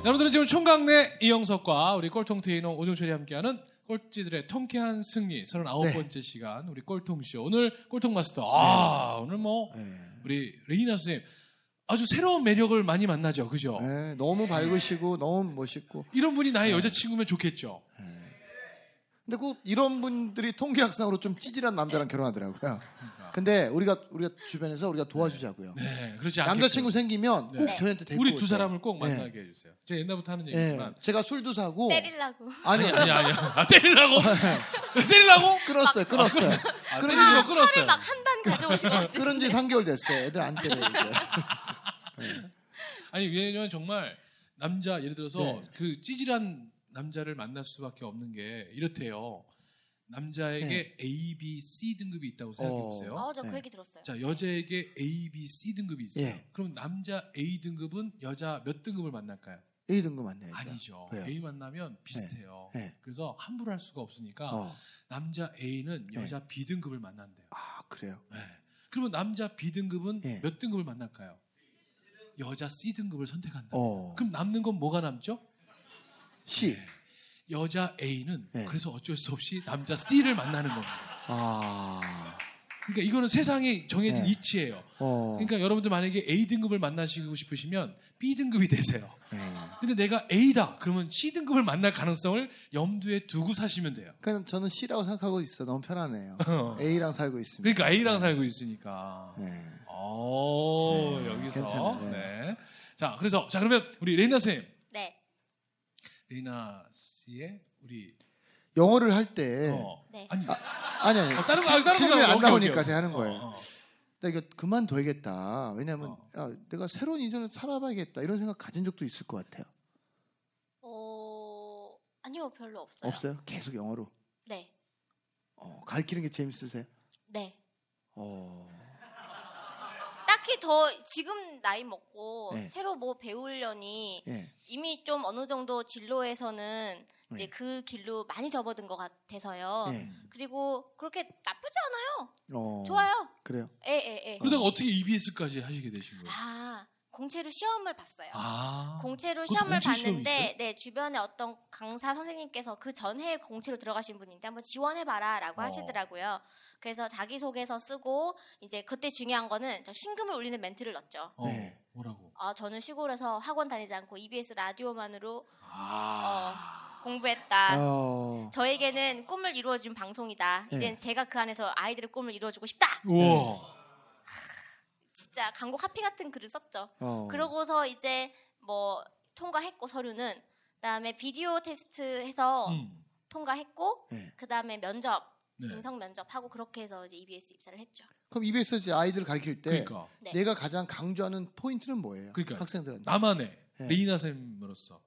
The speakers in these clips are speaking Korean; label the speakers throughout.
Speaker 1: 여러분들은 지금 총각내 이영석과 우리 꼴통 테이너 오종철이 함께하는 꼴찌들의 통쾌한 승리
Speaker 2: 네.
Speaker 1: 39번째 시간 우리 꼴통쇼 오늘 꼴통 마스터
Speaker 2: 네.
Speaker 1: 아 오늘 뭐
Speaker 2: 예.
Speaker 1: 우리 레이나 선생님 아주 새로운 매력을 많이 만나죠 그죠
Speaker 2: 네, 너무 밝으시고 너무 멋있고.
Speaker 1: 이런 분이 나의 여자친구면 좋겠죠
Speaker 2: 근데 꼭 이런 분들이 통계학상으로 좀 찌질한
Speaker 1: 네.
Speaker 2: 남자랑 결혼하더라고요. 근데 우리가 우리가 주변에서 우리가 도와주자고요.
Speaker 1: 그러니까. 네 그렇지 않겠죠
Speaker 2: 남자친구 생기면 꼭
Speaker 1: 네.
Speaker 2: 저희한테 데리고
Speaker 1: 우리 두
Speaker 2: 오세요.
Speaker 1: 사람을 꼭
Speaker 2: 네.
Speaker 1: 만나게 해주세요 제가 옛날부터 하는
Speaker 2: 예,
Speaker 1: 얘기지만
Speaker 2: 제가 술도 사고
Speaker 3: 때리려고.
Speaker 2: 아니
Speaker 1: 아니 아니 아 때리려고 때리려고
Speaker 2: 끊었어요, 끊었어요.
Speaker 1: 아,
Speaker 2: 그런
Speaker 1: 때리려고
Speaker 2: 일이-
Speaker 1: 끊었어요
Speaker 3: 막 한 단 가져오신 것 같으신데.
Speaker 2: 끊은 지 3개월 됐어요. 애들 안 때려 이제.
Speaker 1: 아니 왜냐면 정말 남자 예를 들어서
Speaker 2: 네.
Speaker 1: 그 찌질한 남자를 만날 수밖에 없는 게 이렇대요. 남자에게 A, B, C 등급이 있다고 생각해
Speaker 2: 네. 어.
Speaker 1: 보세요.
Speaker 3: 어, 저 그
Speaker 2: 네.
Speaker 3: 얘기 들었어요.
Speaker 1: 자 여자에게 A, B, C 등급이 있어요.
Speaker 2: 예.
Speaker 1: 그럼 남자 A 등급은 여자 몇 등급을 만날까요?
Speaker 2: A 등급 안내죠.
Speaker 1: 아니죠.
Speaker 2: 왜요?
Speaker 1: A 만나면 비슷해요.
Speaker 2: 예.
Speaker 1: 그래서 함부로 할 수가 없으니까
Speaker 2: 어.
Speaker 1: 남자 A는
Speaker 2: 네.
Speaker 1: 여자 B 등급을 만난대요.
Speaker 2: 아 그래요.
Speaker 1: 네. 그러면 남자 B 등급은
Speaker 2: 예.
Speaker 1: 몇 등급을 만날까요? 여자 C 등급을 선택한다.
Speaker 2: 어.
Speaker 1: 네. 그럼 남는 건 뭐가 남죠? 네.
Speaker 2: C.
Speaker 1: 여자 A는
Speaker 2: 네.
Speaker 1: 그래서 어쩔 수 없이 남자 C를 만나는 겁니다.
Speaker 2: 아.
Speaker 1: 그러니까 이거는 세상에 정해진
Speaker 2: 네.
Speaker 1: 이치예요.
Speaker 2: 어.
Speaker 1: 그러니까 여러분들 만약에 A 등급을 만나시고 싶으시면 B 등급이 되세요.
Speaker 2: 예.
Speaker 1: 근데 내가 A다. 그러면 C 등급을 만날 가능성을 염두에 두고 사시면 돼요.
Speaker 2: 그냥 그러니까 저는 C라고 생각하고 있어. 너무 편하네요.
Speaker 1: 어.
Speaker 2: A랑 살고 있습니다.
Speaker 1: 그러니까 A랑 살고 있으니까.
Speaker 2: 네.
Speaker 1: 오,
Speaker 2: 네,
Speaker 1: 여기서
Speaker 2: 괜찮아요.
Speaker 1: 네. 자, 그래서 자 그러면 우리 레이나 쌤,
Speaker 3: 네.
Speaker 1: 레이나 씨의 우리
Speaker 2: 영어를 할 때
Speaker 1: 어,
Speaker 3: 네.
Speaker 1: 아니
Speaker 2: 아니 아니
Speaker 1: 어, 다른 거 다른
Speaker 2: 질-
Speaker 1: 거
Speaker 2: 질문이
Speaker 1: 나오죠.
Speaker 2: 안
Speaker 1: 오케이,
Speaker 2: 나오니까
Speaker 1: 오케이.
Speaker 2: 제가 하는
Speaker 1: 어,
Speaker 2: 거예요.
Speaker 1: 어.
Speaker 2: 나 이거 그만둬야겠다. 왜냐하면
Speaker 1: 어.
Speaker 2: 야, 내가 새로운 인생을 살아봐야겠다 이런 생각 가진 적도 있을 것 같아요.
Speaker 3: 어, 아니요, 별로 없어요.
Speaker 2: 없어요? 계속 영어로
Speaker 3: 네.
Speaker 2: 어, 가르치는 게 재밌으세요?
Speaker 3: 네.
Speaker 2: 어.
Speaker 3: 딱히 더 지금 나이 먹고
Speaker 2: 네.
Speaker 3: 새로 뭐 배우려니
Speaker 2: 예.
Speaker 3: 이미 좀 어느 정도 진로에서는 이제
Speaker 2: 네.
Speaker 3: 그 길로 많이 접어든 것 같아서요.
Speaker 2: 예.
Speaker 3: 그리고 그렇게 나쁘지 않아요.
Speaker 2: 어.
Speaker 3: 좋아요.
Speaker 2: 그래요.
Speaker 3: 예, 예, 예.
Speaker 1: 그러다가 어떻게 EBS까지 하시게 되신 거예요?
Speaker 3: 아, 공채로 시험을 봤어요.
Speaker 1: 아,
Speaker 3: 공채로
Speaker 1: 그것도
Speaker 3: 시험을
Speaker 1: 공채 시험이
Speaker 3: 봤는데 네 주변에 어떤 강사 선생님께서 그 전해에 공채로 들어가신 분인데 한번 지원해봐라라고
Speaker 1: 어.
Speaker 3: 하시더라고요. 그래서 자기소개서 쓰고 이제 그때 중요한 거는 저 신금을 울리는 멘트를 넣었죠.
Speaker 1: 어,
Speaker 2: 네.
Speaker 1: 뭐라고?
Speaker 3: 아 저는 시골에서 학원 다니지 않고 EBS 라디오만으로
Speaker 1: 아,
Speaker 3: 공부했다.
Speaker 2: 어.
Speaker 3: 저에게는 꿈을 이루어준 방송이다.
Speaker 2: 네.
Speaker 3: 이젠 제가 그 안에서 아이들의 꿈을 이루어주고 싶다.
Speaker 1: 우와,
Speaker 3: 진짜 광고 카피 같은 글을 썼죠.
Speaker 2: 어.
Speaker 3: 그러고서 이제 뭐 통과했고 서류는 그다음에 비디오 테스트 해서
Speaker 1: 음,
Speaker 3: 통과했고
Speaker 2: 네.
Speaker 3: 그다음에 면접
Speaker 1: 네.
Speaker 3: 어. 인성 면접하고 그렇게 해서 이제 EBS 입사를 했죠.
Speaker 2: 그럼 EBS 이제 아이들을 가르칠 때
Speaker 1: 그러니까
Speaker 3: 네.
Speaker 2: 내가 가장 강조하는 포인트는 뭐예요?
Speaker 1: 그러니까요.
Speaker 2: 학생들한테.
Speaker 1: 나만의
Speaker 2: 네.
Speaker 1: 레이나 쌤으로서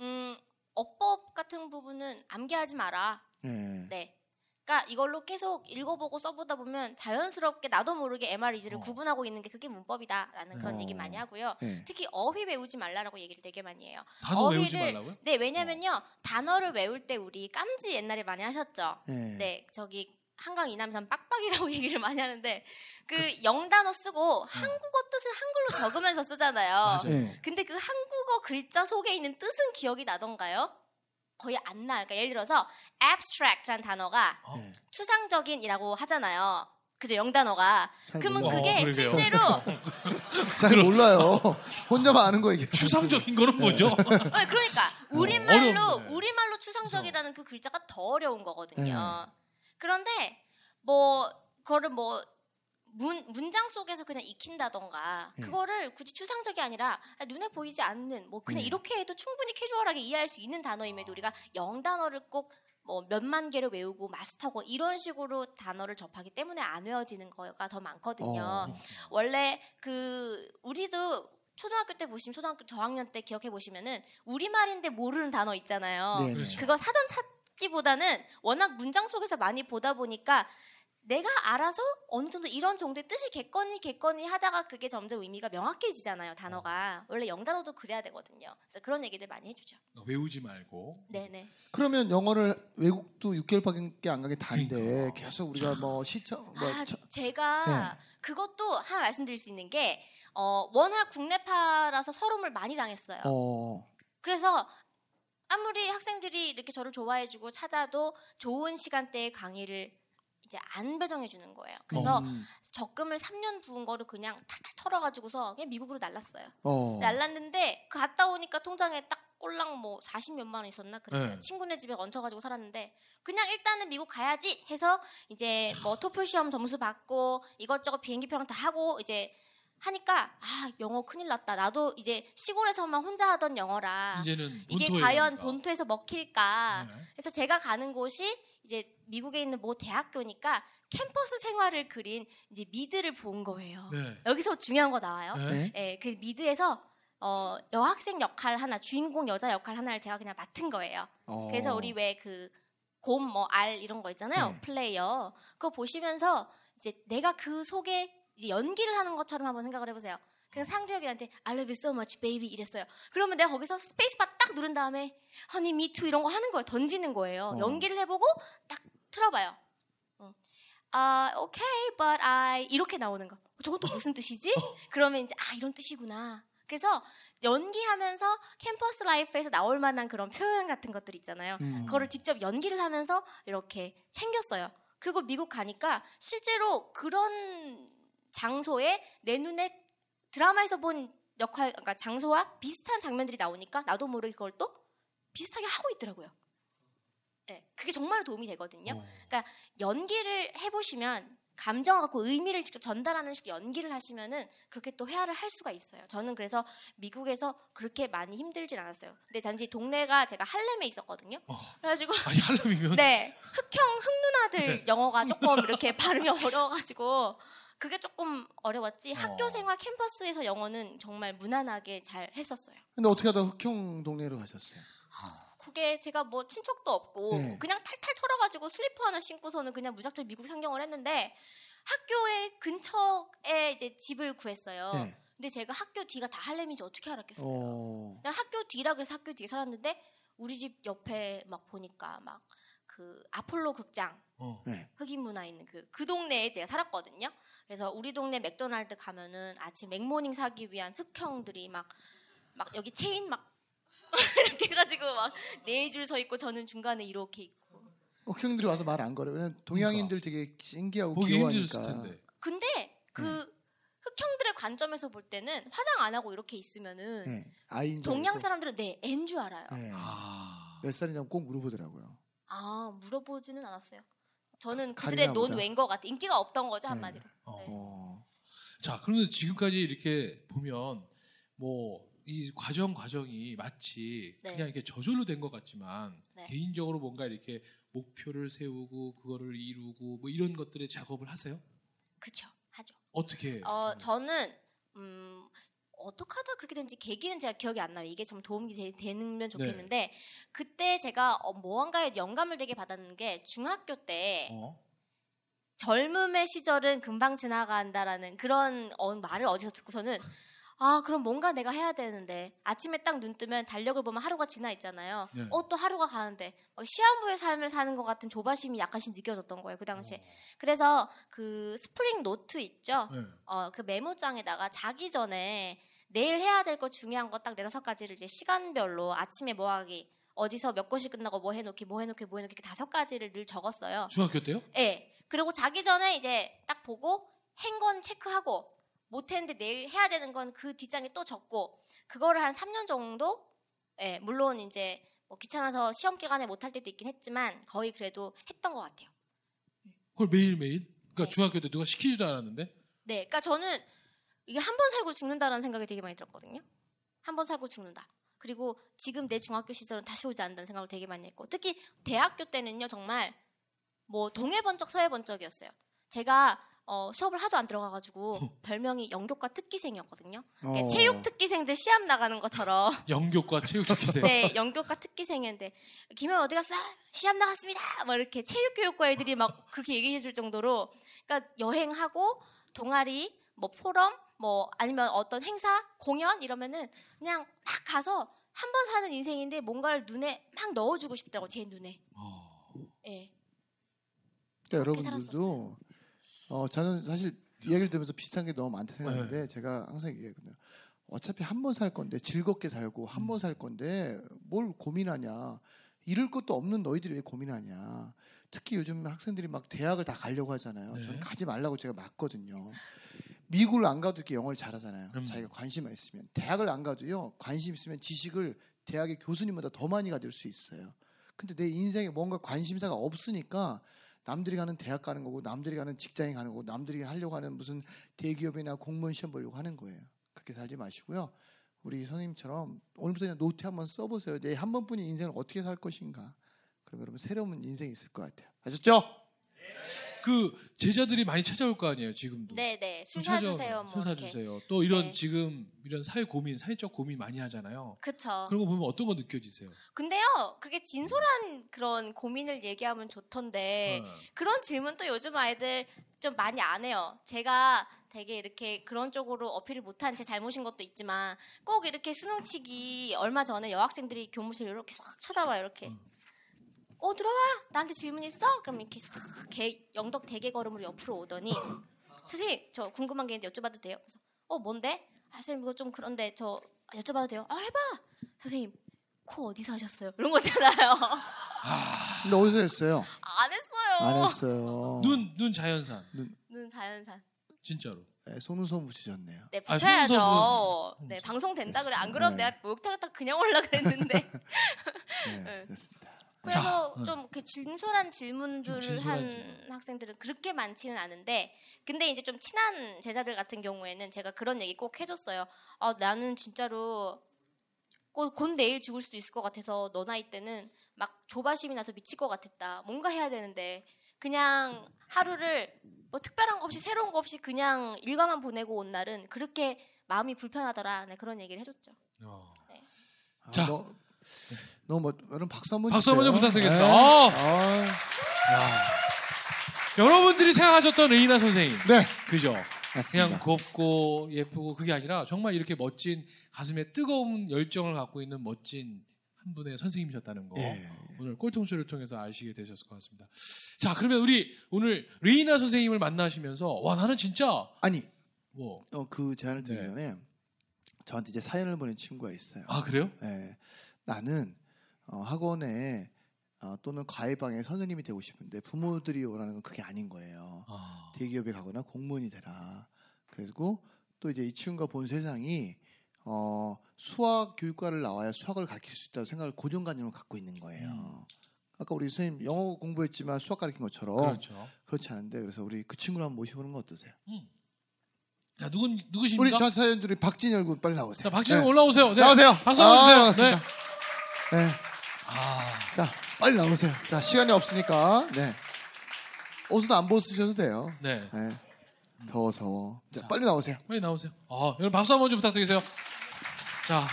Speaker 3: 음 어법 같은 부분은 암기하지 마라.
Speaker 2: 예.
Speaker 3: 네. 그러니까 이걸로 계속 읽어보고 써보다 보면 자연스럽게 나도 모르게 MR이지를
Speaker 1: 어.
Speaker 3: 구분하고 있는 게 그게 문법이다라는 그런
Speaker 2: 어.
Speaker 3: 얘기 많이 하고요.
Speaker 2: 예.
Speaker 3: 특히 어휘 외우지 말라라고 얘기를 되게 많이 해요.
Speaker 1: 단어
Speaker 3: 어휘를-
Speaker 1: 외우지 말라고요?
Speaker 3: 네, 왜냐면요. 단어를 외울 때 우리 깜지 옛날에 많이 하셨죠.
Speaker 2: 예.
Speaker 1: 음.
Speaker 3: 네, 저기 한강 이남산 빡빡이라고 얘기를 많이 하는데 그 영단어 쓰고 한국어 뜻을 한글로 적으면서 쓰잖아요.
Speaker 1: 음. 맞아요.
Speaker 2: 예.
Speaker 3: 근데 그 한국어 글자 속에 있는 뜻은 기억이 나던가요? 거의 안 나요. 그러니까 예를 들어서 abstract란 단어가
Speaker 1: 어.
Speaker 2: 예.
Speaker 3: 추상적인이라고 하잖아요. 그죠? 영단어가.
Speaker 2: 잘
Speaker 3: 그러면
Speaker 2: 몰라요.
Speaker 1: 몰라요. 어,
Speaker 3: 그게
Speaker 1: 그러게요.
Speaker 3: 실제로
Speaker 2: 잘 몰라요. 혼자만 아는 거 이게.
Speaker 1: 추상적인 거는 뭐죠?
Speaker 3: 아니, 그러니까 우리말로
Speaker 1: 어, 어려운데.
Speaker 3: 우리말로 추상적이라는 그
Speaker 1: 네.
Speaker 3: 글자가 더 어려운 거거든요. 그런데 뭐 그거를 뭐 뭐 문, 문장 속에서 그냥 익힌다던가
Speaker 1: 네.
Speaker 2: 예.
Speaker 3: 그거를 굳이 추상적이 아니라 아, 눈에 보이지 않는 뭐
Speaker 1: 네.
Speaker 3: 그냥
Speaker 2: 예.
Speaker 3: 이렇게 해도 충분히 캐주얼하게 이해할 수 있는
Speaker 1: 아.
Speaker 3: 단어임에도 우리가 영 단어를 꼭 뭐 몇만 개를 외우고 마스터고 이런 식으로 단어를 접하기 때문에 안 외워지는 거가 더 많거든요.
Speaker 2: 어.
Speaker 3: 원래 그 우리도 초등학교 때 보시면 초등학교 저학년 때 기억해 보시면은 우리말인데 모르는 단어 있잖아요.
Speaker 2: 네,
Speaker 1: 그렇죠.
Speaker 2: 네.
Speaker 3: 그거 사전 찾기보다는 워낙 문장 속에서 많이 보다 보니까 내가 알아서 어느 정도 이런 정도의 뜻이 겠거니 겠거니 하다가 그게 점점 의미가 명확해지잖아요 단어가 원래 영단어도 그래야 되거든요 그래서 그런 얘기들 많이 해주죠
Speaker 1: 외우지 말고
Speaker 3: 네네
Speaker 2: 그러면 영어를 외국도 6개월밖에 안 가게 다인데
Speaker 1: 그러니까.
Speaker 2: 계속 우리가 뭐 시청 뭐
Speaker 3: 아
Speaker 2: 처-
Speaker 3: 제가 그것도 하나 말씀드릴 수 있는 게 어, 워낙 국내파라서 서름을 많이 당했어요
Speaker 2: 어,
Speaker 3: 그래서 아무리 학생들이 이렇게 저를 좋아해주고 찾아도 좋은 시간대에 강의를 이제 안 배정해 주는 거예요. 그래서
Speaker 2: 음,
Speaker 3: 적금을 3년 부은 거를 그냥 탁탁 털어가지고서 그냥 미국으로 날랐어요.
Speaker 2: 어.
Speaker 3: 날랐는데 그 갔다 오니까 통장에 딱 꼴랑 뭐 40몇만 원 있었나 그랬어요.
Speaker 1: 네.
Speaker 3: 친구네 집에 얹혀가지고 살았는데 그냥 일단은 미국 가야지 해서 이제 뭐 토플 시험 점수 받고 이것저것 비행기표랑 다 하고 이제 하니까 아 영어 큰일 났다. 나도 이제 시골에서만 혼자 하던 영어라
Speaker 1: 이제는
Speaker 3: 아, 이게
Speaker 1: 본토에
Speaker 3: 과연
Speaker 1: 가니까.
Speaker 3: 본토에서 먹힐까.
Speaker 1: 네.
Speaker 3: 그래서 제가 가는 곳이 이제 미국에 있는 모 대학교니까 캠퍼스 생활을 그린 이제 미드를 본 거예요.
Speaker 1: 네.
Speaker 3: 여기서 중요한 거 나와요.
Speaker 1: 네.
Speaker 2: 네?
Speaker 3: 예, 그 미드에서 어, 여학생 역할 하나, 주인공 여자 역할 하나를 제가 그냥 맡은 거예요.
Speaker 2: 어.
Speaker 3: 그래서 우리 왜 그 곰, 뭐, 알 이런 거 있잖아요.
Speaker 2: 네.
Speaker 3: 플레이어. 그거 보시면서 이제 내가 그 속에 이제 연기를 하는 것처럼 한번 생각을 해보세요. 그냥 상대역이한테 I love you so much, baby 이랬어요. 그러면 내가 거기서 스페이스바 딱 누른 다음에 honey, me too 이런 거 하는 거예요. 던지는 거예요.
Speaker 2: 어.
Speaker 3: 연기를 해보고 딱 틀어봐요. 어. 아, okay, but I 이렇게 나오는 거. "어, 저건 또 무슨 뜻이지? 그러면 이제 아 이런 뜻이구나. 그래서 연기하면서 캠퍼스 라이프에서 나올 만한 그런 표현 같은 것들 있잖아요.
Speaker 2: 음.
Speaker 3: 그거를 직접 연기를 하면서 이렇게 챙겼어요. 그리고 미국 가니까 실제로 그런 장소에 내 눈에 드라마에서 본 역할, 그러니까 장소와 비슷한 장면들이 나오니까 나도 모르게 그걸 또 비슷하게 하고 있더라고요. 예, 그게 정말 도움이 되거든요.
Speaker 1: 어.
Speaker 3: 연기를 해보시면 감정을 갖고 의미를 직접 전달하는 식의 연기를 하시면은 그렇게 또 회화를 할 수가 있어요. 저는 그래서 미국에서 그렇게 많이 힘들진 않았어요. 근데 단지 동네가 제가 할렘에 있었거든요.
Speaker 1: 어.
Speaker 3: 그래가지고
Speaker 1: 아니 할렘이면
Speaker 3: 네 흑형 흑누나들 영어가 조금 이렇게 발음이 어려워가지고 그게 조금 어려웠지. 학교
Speaker 1: 어.
Speaker 3: 생활 캠퍼스에서 영어는 정말 무난하게 잘 했었어요.
Speaker 2: 근데 어떻게 하다 흑형 동네로 가셨어요?
Speaker 3: 그게 제가 뭐 친척도 없고
Speaker 2: 네.
Speaker 3: 그냥 탈탈 털어가지고 슬리퍼 하나 신고서는 그냥 무작정 미국 상경을 했는데 학교에 근처에 이제 집을 구했어요.
Speaker 2: 네.
Speaker 3: 근데 제가 학교 뒤가 다 할렘인지 어떻게 알았겠어요.
Speaker 2: 어.
Speaker 3: 그냥 학교 뒤라 그래서 학교 뒤에 살았는데 우리 집 옆에 막 보니까 막 그 아폴로 극장
Speaker 1: 어.
Speaker 3: 흑인 문화 있는 그 그 동네에 제가 살았거든요. 그래서 우리 동네 맥도날드 가면은 아침 맥모닝 사기 위한 흑형들이 막 막 여기 체인 막 이렇게 해가지고 막 네 줄 서 있고 저는 중간에 이렇게 있고.
Speaker 2: 흑형들이 와서 말 안 걸어요. 왜냐면 동양인들 되게 신기하고
Speaker 1: 그러니까. 보기 힘들었을
Speaker 2: 귀여워하니까.
Speaker 1: 텐데.
Speaker 3: 근데 그
Speaker 2: 음.
Speaker 3: 흑형들의 관점에서 볼 때는 화장 안 하고 이렇게 있으면은
Speaker 2: 네. 아이인 줄
Speaker 3: 동양
Speaker 2: 알고.
Speaker 3: 사람들은 네, 엔 줄 알아요.
Speaker 2: 네.
Speaker 1: 아.
Speaker 2: 몇 살이냐고 꼭 물어보더라고요.
Speaker 3: 아 물어보지는 않았어요. 저는
Speaker 2: 가-
Speaker 3: 그들의
Speaker 2: 가리나
Speaker 3: 논
Speaker 2: 보다.
Speaker 3: 웬 거 같아. 인기가 없던 거죠 한마디로.
Speaker 1: 어.
Speaker 2: 어.
Speaker 1: 자, 그런데 지금까지 이렇게 보면 뭐 이 과정 과정이 마치
Speaker 3: 네.
Speaker 1: 그냥 이렇게 저절로 된 것 같지만
Speaker 3: 네.
Speaker 1: 개인적으로 뭔가 이렇게 목표를 세우고 그거를 이루고 뭐 이런 것들의 작업을 하세요?
Speaker 3: 그쵸 하죠.
Speaker 1: 어떻게?
Speaker 3: 어,
Speaker 1: 하는
Speaker 3: 저는 음 어떻게 하다 그렇게 된지 계기는 제가 기억이 안 나요. 이게 좀 도움이 되,
Speaker 1: 네.
Speaker 3: 되면 좋겠는데 그때 제가 어, 무언가에 영감을 되게 받았는 게 중학교 때
Speaker 1: 거예요? 어?
Speaker 3: 젊음의 시절은 금방 지나간다라는 그런 어, 말을 어디서 듣고서는 아 그럼 뭔가 내가 해야 되는데 아침에 딱 눈 뜨면 달력을 보면 하루가 지나 있잖아요.
Speaker 1: 네.
Speaker 3: 어 또 하루가 가는데 막 시한부의 삶을 사는 것 같은 조바심이 약간씩 느껴졌던 거예요 그 당시에.
Speaker 1: 네.
Speaker 3: 그래서 그 스프링 노트 있죠.
Speaker 1: 어. 네.
Speaker 3: 어 그 메모장에다가 자기 전에 내일 해야 될 거 중요한 거 딱 네다섯 가지를 이제 시간별로 아침에 뭐 하기 어디서 몇 곳이 끝나고 뭐 해놓기 뭐 해놓기 뭐 해놓기 이렇게 다섯 가지를 늘 적었어요.
Speaker 1: 중학교 때요?
Speaker 3: 예. 그리고 자기 전에 이제 딱 보고 한 건 체크하고 못했는데 내일 해야 되는 건 그 뒷장에 또 적고 그거를 한 3년 정도 예, 물론 이제 뭐 귀찮아서 시험 기간에 못할 때도 있긴 했지만 거의 그래도 했던 것 같아요.
Speaker 1: 그걸 매일 매일? 그러니까
Speaker 3: 네.
Speaker 1: 중학교 때 누가 시키지도 않았는데
Speaker 3: 네, 그러니까 저는 이게 한 번 살고 죽는다라는 생각이 되게 많이 들었거든요. 한 번 살고 죽는다. 그리고 지금 내 중학교 시절은 다시 오지 않는다는 생각을 되게 많이 했고 특히 대학교 때는요 정말 뭐 동해 번쩍 서해 번쩍이었어요. 제가 어, 수업을 하도 안 들어가가지고 별명이 영교과 특기생이었거든요. 이렇게 그러니까
Speaker 2: 어.
Speaker 3: 체육 특기생들 시합 나가는 것처럼
Speaker 1: 영교과 체육특기세.
Speaker 3: 네, 연교과 특기생인데 김현 어디 갔어? 시합 나갔습니다. 막 이렇게 체육교육과 애들이 막 그렇게 얘기해 줄 정도로 그러니까 여행하고 동아리 뭐 포럼 뭐 아니면 어떤 행사 공연 이러면은 그냥 막 가서 한 번 사는 인생인데 뭔가를 눈에 막 넣어주고 싶더라고 제 눈에.
Speaker 1: 어,
Speaker 3: 예.
Speaker 2: 그러니까
Speaker 3: 그렇게
Speaker 2: 여러분들도 어 저는 사실 이야기를 들으면서 비슷한 게 너무 많다 생각했는데 제가 항상 얘기하거든요. 어차피 한 번 살 건데 즐겁게 살고 한 번 살 건데 뭘 고민하냐. 잃을 것도 없는 너희들이 왜 고민하냐. 특히 요즘 학생들이 막 대학을 다 가려고 하잖아요.
Speaker 1: 네.
Speaker 2: 저는 가지 말라고 제가 막거든요. 미국을 안 가도 이렇게 영어를 잘하잖아요.
Speaker 1: 그럼요.
Speaker 2: 자기가 관심만 있으면 대학을 안 가도요. 관심 있으면 지식을 대학의 교수님보다 더 많이 가질 수 있어요. 근데 내 인생에 뭔가 관심사가 없으니까 남들이 가는 대학 가는 거고 남들이 가는 직장에 가는 거고 남들이 하려고 하는 무슨 대기업이나 공무원 시험 보려고 하는 거예요. 그렇게 살지 마시고요. 우리 선생님처럼 오늘부터 그냥 노트 한번 써보세요. 내 한 번뿐인 인생을 어떻게 살 것인가. 그럼 여러분 새로운 인생이 있을 것 같아요. 아셨죠?
Speaker 1: 그 제자들이 많이 찾아올 거 아니에요 지금도.
Speaker 3: 네네. 술
Speaker 1: 좀 찾아오죠.
Speaker 3: 사주세요. 뭐
Speaker 1: 술
Speaker 3: 이렇게.
Speaker 1: 사주세요. 또 이런
Speaker 3: 네.
Speaker 1: 지금 이런 사회 고민, 사회적 고민 많이 하잖아요.
Speaker 3: 그쵸.
Speaker 1: 그런 거 보면 어떤 거 느껴지세요?
Speaker 3: 근데요, 그렇게 진솔한 그런 고민을 얘기하면
Speaker 2: 네.
Speaker 3: 좋던데
Speaker 1: 어.
Speaker 3: 그런 질문 또 요즘 아이들 좀 많이 안 해요. 제가 되게 이렇게 그런 쪽으로 어필을 못한 제 잘못인 것도 있지만 꼭 이렇게 수능치기 얼마 전에 여학생들이 교무실 이렇게 싹 쳐다봐요. 이렇게 어 들어와 나한테 질문 있어? 그럼 이렇게 싹 개, 영덕 대게 걸음으로 옆으로 오더니 선생님 저 궁금한 게 있는데 여쭤봐도 돼요? 그래서, 어 뭔데? 아, 선생님 이거 좀 그런데 저 여쭤봐도 돼요? 아 해봐 선생님 코 어디서 하셨어요? 이런 거잖아요.
Speaker 2: 근데 어디서 했어요?
Speaker 3: 안 했어요.
Speaker 2: 안 했어요.
Speaker 1: 눈, 눈 자연산.
Speaker 3: 눈 자연산.
Speaker 1: 진짜로.
Speaker 2: 네, 속눈썹 붙이셨네요.
Speaker 3: 네
Speaker 1: 아니,
Speaker 3: 붙여야죠.
Speaker 1: 홍수는-
Speaker 3: 네
Speaker 1: 홍수.
Speaker 3: 방송 된다 그래 안 그럼
Speaker 2: 네.
Speaker 3: 내가 목욕탕에다 그냥 올라 그랬는데.
Speaker 2: 네,
Speaker 3: 네.
Speaker 2: 됐습니다.
Speaker 3: 그래서
Speaker 1: 자, 네.
Speaker 3: 좀 이렇게 진솔한 질문들을
Speaker 1: 좀 진솔한
Speaker 3: 한
Speaker 1: 질문.
Speaker 3: 학생들은 그렇게 많지는 않은데 근데 이제 좀 친한 제자들 같은 경우에는 제가 그런 얘기 꼭 해줬어요. 아 나는 진짜로 곧곧 내일 죽을 수도 있을 것 같아서 너 나이 때는 막 조바심이 나서 미칠 것 같았다. 뭔가 해야 되는데 그냥 하루를 뭐 특별한 거 없이 새로운 거 없이 그냥 일과만 보내고 온 날은 그렇게 마음이 불편하더라. 네, 그런 얘기를 해줬죠.
Speaker 1: 어.
Speaker 2: 아,
Speaker 1: 자.
Speaker 2: 너, 너무 뭐, 여러분 박수 한번
Speaker 1: 박수 한번
Speaker 2: 주세요.
Speaker 1: 좀 부탁드리겠습니다.
Speaker 2: 네.
Speaker 1: 아.
Speaker 2: 아,
Speaker 1: 야. 여러분들이 생각하셨던 레이나 선생님.
Speaker 2: 네,
Speaker 1: 그죠?
Speaker 2: 맞습니다.
Speaker 1: 그냥 곱고 예쁘고 그게 아니라 정말 이렇게 멋진 가슴에 뜨거운 열정을 갖고 있는 멋진 한 분의 선생님이셨다는 거.
Speaker 2: 예, 예.
Speaker 1: 오늘 꼴통쇼를 통해서 아시게 되셨을 것 같습니다. 자, 그러면 우리 오늘 레이나 선생님을 만나시면서 와, 나는 진짜
Speaker 2: 아니
Speaker 1: 뭐.
Speaker 2: 어, 그 제안을 드리기
Speaker 1: 네.
Speaker 2: 전에 저한테 이제 사연을 보낸 친구가 있어요.
Speaker 1: 아, 그래요?
Speaker 2: 예, 나는 어, 학원에 어, 또는 과외방에 선생님이 되고 싶은데 부모들이 원하는 건 그게 아닌 거예요.
Speaker 1: 아.
Speaker 2: 대기업에 가거나 공무원이 되라. 그리고 또 이제 이 친구가 본 세상이 어, 수학 교육과를 나와야 수학을 가르칠 수 있다고 생각을 고정관념을 갖고 있는 거예요. 아까 우리 선생님 영어 공부했지만 수학 가르친 것처럼
Speaker 1: 음. 그렇죠.
Speaker 2: 그렇지 않은데 그래서 우리 그 친구를 한번 모셔보는 건 어떠세요?
Speaker 1: 자, 누군 누구십니까?
Speaker 2: 우리 전 사연들이 박진열 군 빨리 나오세요.
Speaker 1: 자, 박진영
Speaker 2: 네.
Speaker 1: 올라오세요. 네.
Speaker 2: 나오세요.
Speaker 1: 박수 한번 주세요.
Speaker 2: 아, 반갑습니다. 네.
Speaker 1: 아,
Speaker 2: 자 빨리 나오세요. 자 시간이 없으니까 네. 옷은 안 벗으셔도 돼요.
Speaker 1: 네.
Speaker 2: 네. 더워서 자, 빨리 나오세요.
Speaker 1: 빨리 나오세요. 아, 여러분 박수 한번 좀 부탁드리세요. 자,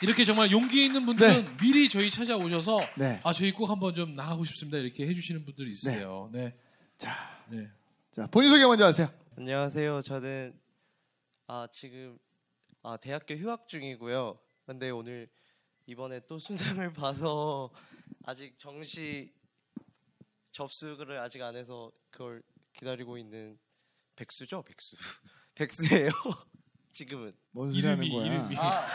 Speaker 1: 이렇게 정말 용기 있는 분들은 미리 저희 찾아오셔서
Speaker 2: 네.
Speaker 1: 아 저희 꼭 한번 좀 나가고 싶습니다 이렇게 해주시는 분들이 있어요. 네.
Speaker 2: 자,
Speaker 1: 네.
Speaker 2: 자 본인 소개 먼저 하세요.
Speaker 4: 안녕하세요. 저는 아 지금 아 대학교 휴학 중이고요. 근데 오늘 이번에 또 순상을 봐서 아직 정시 접수를 아직 안 해서 그걸 기다리고 있는 백수죠, 백수. 백수예요. 지금은.
Speaker 2: 뭔 소리 하는
Speaker 1: 이름이
Speaker 2: 거야?
Speaker 1: 이름이.
Speaker 4: 아,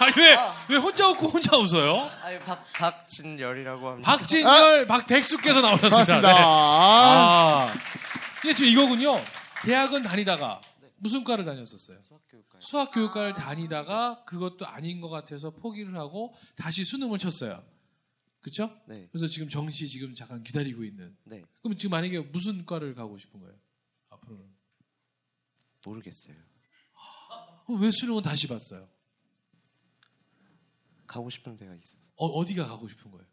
Speaker 1: 아니 왜 왜 혼자 웃고 혼자 웃어요?
Speaker 4: 아니 박 박진열이라고 합니다.
Speaker 2: 아.
Speaker 1: 박진열, 박백수께서 나오셨습니다.
Speaker 2: 반갑습니다.
Speaker 1: 네. 아, 이게 지금 이거군요. 대학은 다니다가 무슨 과를 다녔었어요?
Speaker 4: 수학교육과요.
Speaker 1: 수학 교육과를 다니다가 그것도 아닌 것 같아서 포기를 하고 다시 수능을 쳤어요. 그렇죠?
Speaker 4: 네.
Speaker 1: 그래서 지금 정시 지금 잠깐 기다리고 있는.
Speaker 4: 네.
Speaker 1: 그럼 지금 만약에 무슨 과를 가고 싶은 거예요? 앞으로는
Speaker 4: 모르겠어요.
Speaker 1: 어, 왜 수능은 다시 봤어요?
Speaker 4: 가고 싶은 데가 있어서
Speaker 1: 어, 어디가 가고 싶은 거예요?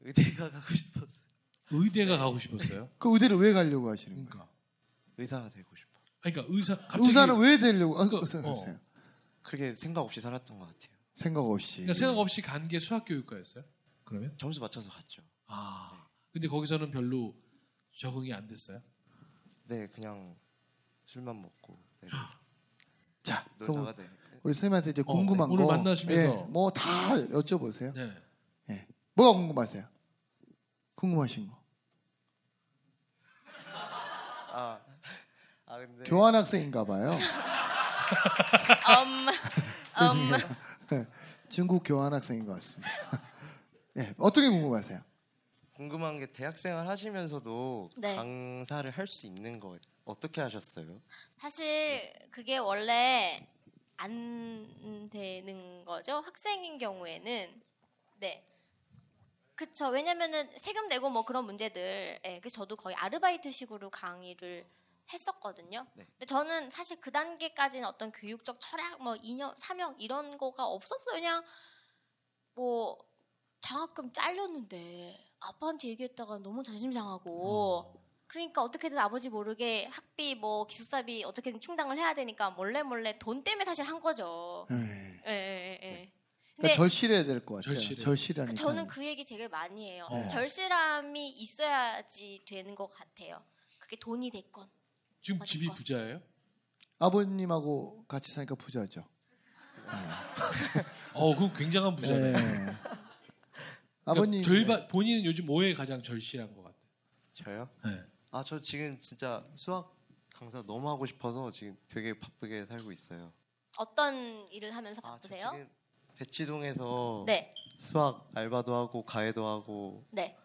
Speaker 4: 의대가 가고 싶어서
Speaker 1: 의대가 가고 싶었어요?
Speaker 2: 그 의대를 왜 가려고 하시는 거예요?
Speaker 1: 그러니까.
Speaker 4: 의사가 되고 싶어.
Speaker 1: 아니, 그러니까 의사 갑자기
Speaker 2: 의사는 왜 되려고 아,
Speaker 1: 그,
Speaker 2: 생각하세요?
Speaker 1: 어.
Speaker 4: 그렇게 생각 없이 살았던 것 같아요.
Speaker 2: 생각 없이.
Speaker 1: 그러니까 생각 없이 간 게 수학교육과였어요? 그러면?
Speaker 4: 점수 맞춰서 갔죠.
Speaker 1: 아. 근데 거기서는 별로 적응이 안 됐어요?
Speaker 4: 네, 그냥 술만 먹고 네,
Speaker 1: 자,
Speaker 4: 놀다가 네.
Speaker 2: 우리 선생님한테 이제
Speaker 1: 어,
Speaker 2: 궁금한
Speaker 1: 오늘
Speaker 2: 거
Speaker 1: 만나시면서.
Speaker 2: 뭐 다 여쭤보세요.
Speaker 1: 네.
Speaker 2: 뭐가 궁금하세요? 궁금하신 거.
Speaker 4: 아, 아 근데
Speaker 2: 교환학생인가 봐요.
Speaker 3: 음, 음,
Speaker 2: 네, 중국 교환학생인 것 같습니다. 예, 어떻게 궁금하세요?
Speaker 4: 궁금한 게 대학생활 하시면서도
Speaker 3: 네.
Speaker 4: 강사를 할 수 있는 거 어떻게 하셨어요?
Speaker 3: 사실 그게 원래 안 되는 거죠. 학생인 경우에는 네. 그쵸. 왜냐면은 세금 내고 뭐 그런 문제들. 예, 그 저도 거의 아르바이트식으로 강의를 했었거든요.
Speaker 4: 네.
Speaker 3: 근데 저는 사실 그 단계까지는 어떤 교육적 철학, 뭐 이념, 사명 이런 거가 없었어요. 그냥 뭐 장학금 잘렸는데 아빠한테 얘기했다가 너무 자존심 상하고
Speaker 2: 음.
Speaker 3: 그러니까 어떻게든 아버지 모르게 학비 뭐 기숙사비 어떻게든 충당을 해야 되니까 몰래 몰래 돈 때문에 사실 한 거죠.
Speaker 2: 예,
Speaker 3: 예, 예, 예, 예.
Speaker 2: 그러니까
Speaker 3: 근데
Speaker 2: 절실해야 될 것 같아요.
Speaker 1: 절실해요.
Speaker 2: 절실하니까.
Speaker 3: 저는 그 얘기 되게 많이 해요.
Speaker 1: 어.
Speaker 3: 절실함이 있어야지 되는 것 같아요. 그게 돈이 됐건.
Speaker 1: 지금 집이
Speaker 3: 어쨌건.
Speaker 1: 부자예요?
Speaker 2: 아버님하고 같이 사니까 부자죠.
Speaker 1: 어, 그럼 굉장한 부자네.
Speaker 2: 예.
Speaker 1: 요
Speaker 2: 아버님 네.
Speaker 1: 절반 본인은 요즘 뭐에 가장 절실한 것 같아요?
Speaker 4: 저요?
Speaker 1: 네.
Speaker 4: 아, 저 지금 진짜 수학 강사 너무 하고 싶어서 지금 되게 바쁘게 살고 있어요.
Speaker 3: 어떤 일을 하면서
Speaker 4: 아, 저
Speaker 3: 바쁘세요?
Speaker 4: 지금 대치동에서
Speaker 3: 네,
Speaker 4: 수학 알바도 하고 과외도 하고
Speaker 3: 네,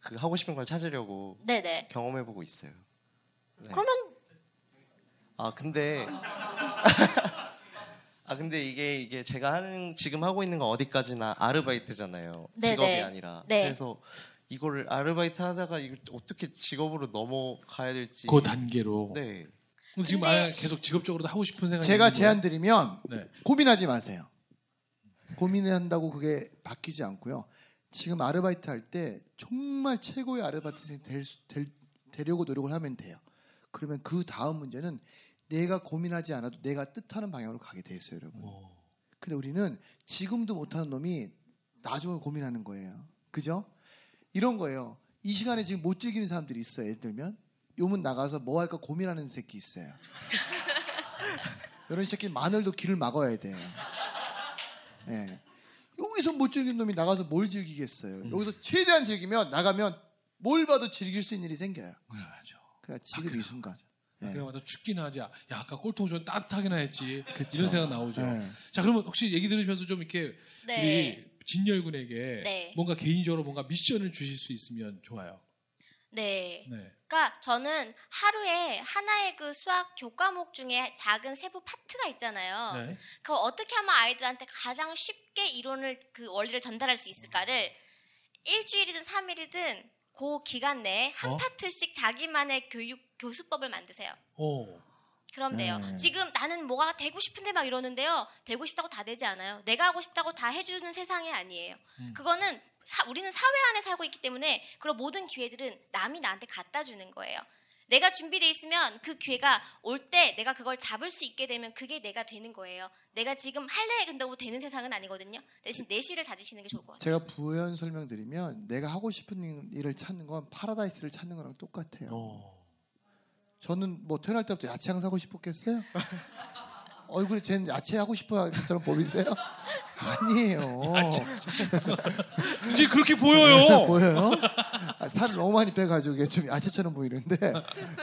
Speaker 4: 그 하고 싶은 걸 찾으려고
Speaker 3: 네, 네.
Speaker 4: 경험해보고 있어요. 네.
Speaker 3: 그러면
Speaker 4: 아 근데 아 근데 이게 이게 제가 하는 지금 하고 있는 건 어디까지나 아르바이트잖아요.
Speaker 3: 네,
Speaker 4: 직업이
Speaker 3: 네.
Speaker 4: 아니라
Speaker 3: 네.
Speaker 4: 그래서 이거를 아르바이트 하다가 이걸 어떻게 직업으로 넘어가야 될지.
Speaker 1: 그 단계로.
Speaker 4: 네.
Speaker 1: 그럼 지금
Speaker 3: 근데-
Speaker 1: 아예 계속 직업적으로도 하고 싶은 생각이
Speaker 2: 제가
Speaker 1: 있는 거예요?
Speaker 2: 제안드리면
Speaker 1: 네.
Speaker 2: 고민하지 마세요. 고민을 한다고 그게 바뀌지 않고요. 지금 아르바이트 할 때 정말 최고의 아르바이트생이 될, 수- 될, 되려고 노력을 하면 돼요. 그러면 그 다음 문제는 내가 고민하지 않아도 내가 뜻하는 방향으로 가게 돼 있어요, 여러분.
Speaker 1: 오.
Speaker 2: 근데 우리는 지금도 못하는 놈이 나중을 고민하는 거예요. 그죠? 이런 거예요. 이 시간에 지금 못 즐기는 사람들이 있어요. 예를 들면 요문 나가서 뭐 할까 고민하는 새끼 있어요. 이런 새끼 마늘도 길을 막아야 돼요. 예. 여기서 못 즐기는 놈이 나가서 뭘 즐기겠어요.
Speaker 1: 음.
Speaker 2: 여기서 최대한 즐기면 나가면 뭘 봐도 즐길 수 있는 일이 생겨요.
Speaker 1: 그래 맞아.
Speaker 2: 그러니까 지금 이 순간. 예.
Speaker 1: 그래 맞아. 춥기나 하자. 야 아까 꼴통전 따뜻하게나 했지.
Speaker 2: 그쵸.
Speaker 1: 이런 생각 나오죠.
Speaker 2: 예.
Speaker 1: 자 그러면 혹시 얘기 들으면서 좀 이렇게
Speaker 3: 네.
Speaker 1: 우리 진열군에게
Speaker 3: 네.
Speaker 1: 뭔가 개인적으로 뭔가 미션을 주실 수 있으면 좋아요.
Speaker 3: 네.
Speaker 1: 네.
Speaker 3: 그러니까 저는 하루에 하나의 그 수학 교과목 중에 작은 세부 파트가 있잖아요.
Speaker 1: 네.
Speaker 3: 그 어떻게 하면 아이들한테 가장 쉽게 이론을 그 원리를 전달할 수 있을까를 일주일이든 삼일이든그 기간 내에 한
Speaker 1: 어?
Speaker 3: 파트씩 자기만의 교육 교수법을 만드세요.
Speaker 1: 오.
Speaker 3: 그럼 돼요.
Speaker 2: 음.
Speaker 3: 지금 나는 뭐가 되고 싶은데 막 이러는데요. 되고 싶다고 다 되지 않아요. 내가 하고 싶다고 다 해주는 세상이 아니에요.
Speaker 1: 음.
Speaker 3: 그거는 사- 우리는 사회 안에 살고 있기 때문에 그런 모든 기회들은 남이 나한테 갖다 주는 거예요. 내가 준비돼 있으면 그 기회가 올 때 내가 그걸 잡을 수 있게 되면 그게 내가 되는 거예요. 내가 지금 할래 근다고 되는 세상은 아니거든요. 대신 내실을 다지시는 게 좋을 것 같아요.
Speaker 2: 제가 부연 설명드리면 내가 하고 싶은 일을 찾는 건 파라다이스를 찾는 거랑 똑같아요.
Speaker 1: 오.
Speaker 2: 저는 뭐 태어날 때부터 야채 항사 하고 싶었겠어요? 얼굴에 쟨 야채 하고 싶어 하는 사람 보이세요? 아니에요.
Speaker 1: 이제 그렇게 보여요.
Speaker 2: 네, 보여요? 아, 살을 너무 많이 빼가지고 이게 좀 야채처럼 보이는데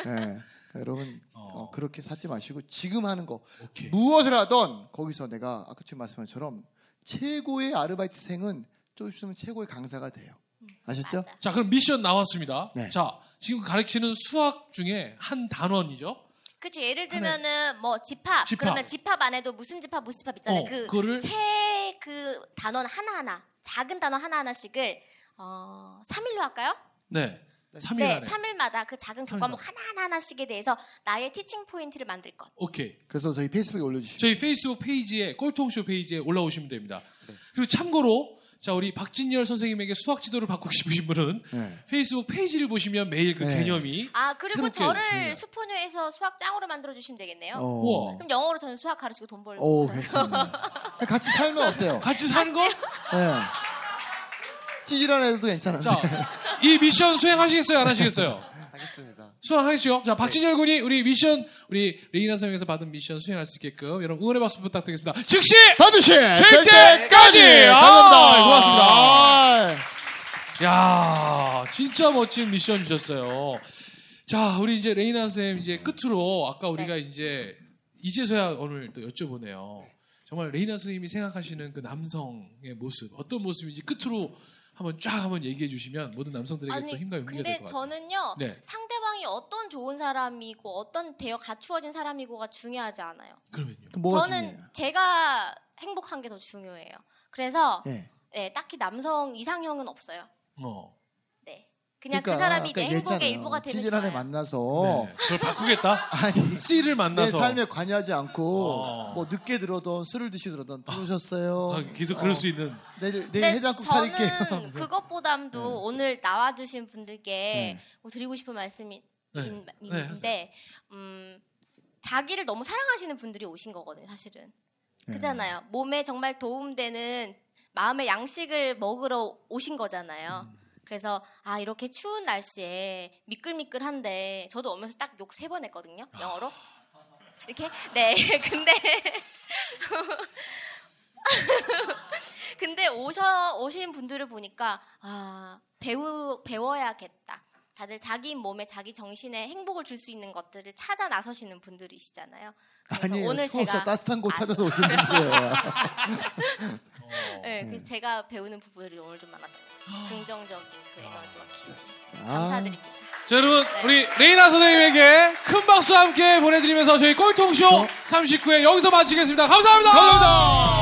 Speaker 2: 예. 여러분 어,
Speaker 1: 어. 예.
Speaker 2: 그렇게 찾지 마시고 지금 하는 거
Speaker 1: 오케이.
Speaker 2: 무엇을 하던 거기서 내가 아까 지금 말씀한 것처럼 최고의 아르바이트생은 좀 있으면 최고의 강사가 돼요. 아셨죠?
Speaker 3: 맞아.
Speaker 1: 자 그럼 미션 나왔습니다.
Speaker 2: 네.
Speaker 1: 자 지금 가르치는 수학 중에 한 단원이죠.
Speaker 3: 그치 예를 들면은 뭐 집합,
Speaker 1: 집합.
Speaker 3: 그러면 집합 안에도 무슨 집합 무슨 집합 있잖아요.
Speaker 1: 어,
Speaker 3: 그
Speaker 1: 그거를-
Speaker 3: 새 그 단원 하나 하나 작은 단원 하나 하나씩을 어 3일로 할까요?
Speaker 1: 네. 3일
Speaker 3: 네,
Speaker 1: 안에.
Speaker 3: 3일마다 그 작은 교과목 하나하나씩에 대해서 나의 티칭 포인트를 만들 것.
Speaker 1: 오케이.
Speaker 2: 그래서 저희 페이스북에 올려주시면
Speaker 1: 저희 페이스북 페이지에 꼴통쇼 페이지에 올라오시면 됩니다.
Speaker 2: 네.
Speaker 1: 그리고 참고로 자 우리 박진열 선생님에게 수학 지도를 받고 싶으신 분은
Speaker 2: 네.
Speaker 1: 페이스북 페이지를 보시면 매일 그
Speaker 2: 네.
Speaker 1: 개념이
Speaker 3: 아, 그리고
Speaker 1: 새롭게
Speaker 3: 저를
Speaker 1: 생겨요.
Speaker 3: 수포녀에서 수학 짱으로 만들어 어, 주시면 되겠네요.
Speaker 2: 어.
Speaker 1: 우와.
Speaker 3: 그럼 영어로 저는 수학 가르치고 돈 벌고.
Speaker 2: 오, 괜찮네. 같이 살면 어때요?
Speaker 1: 같이 사는 거?
Speaker 2: 네. 찌질한 애들도 괜찮은데.
Speaker 1: 자 이 미션 수행하시겠어요? 안 하시겠어요?
Speaker 4: 하겠습니다.
Speaker 1: 수행하시죠. 자 박진열 군이 우리 미션 우리 레이나 선생님에서 받은 미션 수행할 수 있게끔 여러분 응원의 박수 부탁드리겠습니다. 즉시
Speaker 2: 반드시
Speaker 1: 될
Speaker 2: 네, 될
Speaker 1: 때까지!
Speaker 2: 때까지!
Speaker 1: 아,
Speaker 2: 감사합니다.
Speaker 1: 고맙습니다.
Speaker 2: 아.
Speaker 1: 야 진짜 멋진 미션 주셨어요. 자 우리 이제 레이나 쌤 이제 끝으로 아까 우리가 이제 이제서야 오늘 또 여쭤보네요. 정말 레이나 선생님이 생각하시는 그 남성의 모습 어떤 모습인지 끝으로 한번 쫙 한번 얘기해 주시면 모든 남성들에게 또
Speaker 3: 아니,
Speaker 1: 힘과 용기가 될
Speaker 3: 근데
Speaker 1: 것 같아요.
Speaker 3: 저는요.
Speaker 1: 네
Speaker 3: 상대방이 어떤 좋은 사람이고 어떤 대여 갖추어진 사람이고가 중요하지 않아요.
Speaker 1: 그러면요.
Speaker 2: 그럼 뭐가
Speaker 3: 저는
Speaker 2: 중요해요?
Speaker 3: 제가 행복한 게 더 중요해요. 그래서
Speaker 2: 예.
Speaker 3: 네, 딱히 남성 이상형은 없어요.
Speaker 1: 어.
Speaker 3: 네. 그냥 그
Speaker 2: 그러니까
Speaker 3: 사람이
Speaker 2: 아까
Speaker 3: 내 행복의
Speaker 2: 얘기했잖아요.
Speaker 3: 일부가 되면
Speaker 2: 찌질한 애
Speaker 3: 좋아요.
Speaker 2: 만나서
Speaker 1: 네. 그걸 바꾸겠다.
Speaker 2: 아니
Speaker 1: C를
Speaker 2: 어. 내
Speaker 1: 음. 만나서
Speaker 2: 삶에 관여하지 않고
Speaker 1: 어.
Speaker 2: 뭐 늦게 들어던 술을 드시더라던 들어오셨어요.
Speaker 1: 아, 계속 그럴 수 있는
Speaker 2: 내일 내일
Speaker 3: 근데
Speaker 2: 해장국
Speaker 3: 네, 그러니까 저는
Speaker 2: 사릴게요. 하면서.
Speaker 3: 그것보담도
Speaker 2: 네.
Speaker 3: 오늘 나와주신 분들께
Speaker 2: 네.
Speaker 3: 뭐 드리고 싶은 말씀이
Speaker 1: 네.
Speaker 3: 인-
Speaker 1: 네,
Speaker 3: 있는데 음, 자기를 너무 사랑하시는 분들이 오신 거거든요, 사실은.
Speaker 2: 네.
Speaker 3: 그잖아요. 몸에 정말 도움되는 마음의 양식을 먹으러 오신 거잖아요. 그래서 아 이렇게 추운 날씨에 미끌미끌한데 저도 오면서 딱 욕 세 번 했거든요 영어로 이렇게 네 근데 근데 오셔 오신 분들을 보니까 아 배우 배워야겠다. 다들 자기 몸에 자기 정신에 행복을 줄 수 있는 것들을 찾아 나서시는 분들이시잖아요. 그래서
Speaker 2: 아니
Speaker 3: 오늘
Speaker 2: 추워서
Speaker 3: 제가
Speaker 2: 따뜻한 곳
Speaker 3: 안-
Speaker 2: 찾아서 오신 분이에요.
Speaker 1: 어.
Speaker 3: 네, 그래서 제가 배우는 부분들이 오늘 좀 많았던 것 같아요. 긍정적인 그 에너지와 기운. 감사드립니다.
Speaker 1: 자, 여러분, 우리 레이나 선생님에게 큰 박수 함께 보내드리면서 저희 꼴통쇼 39회 여기서 마치겠습니다. 어? 감사합니다. 감사합니다.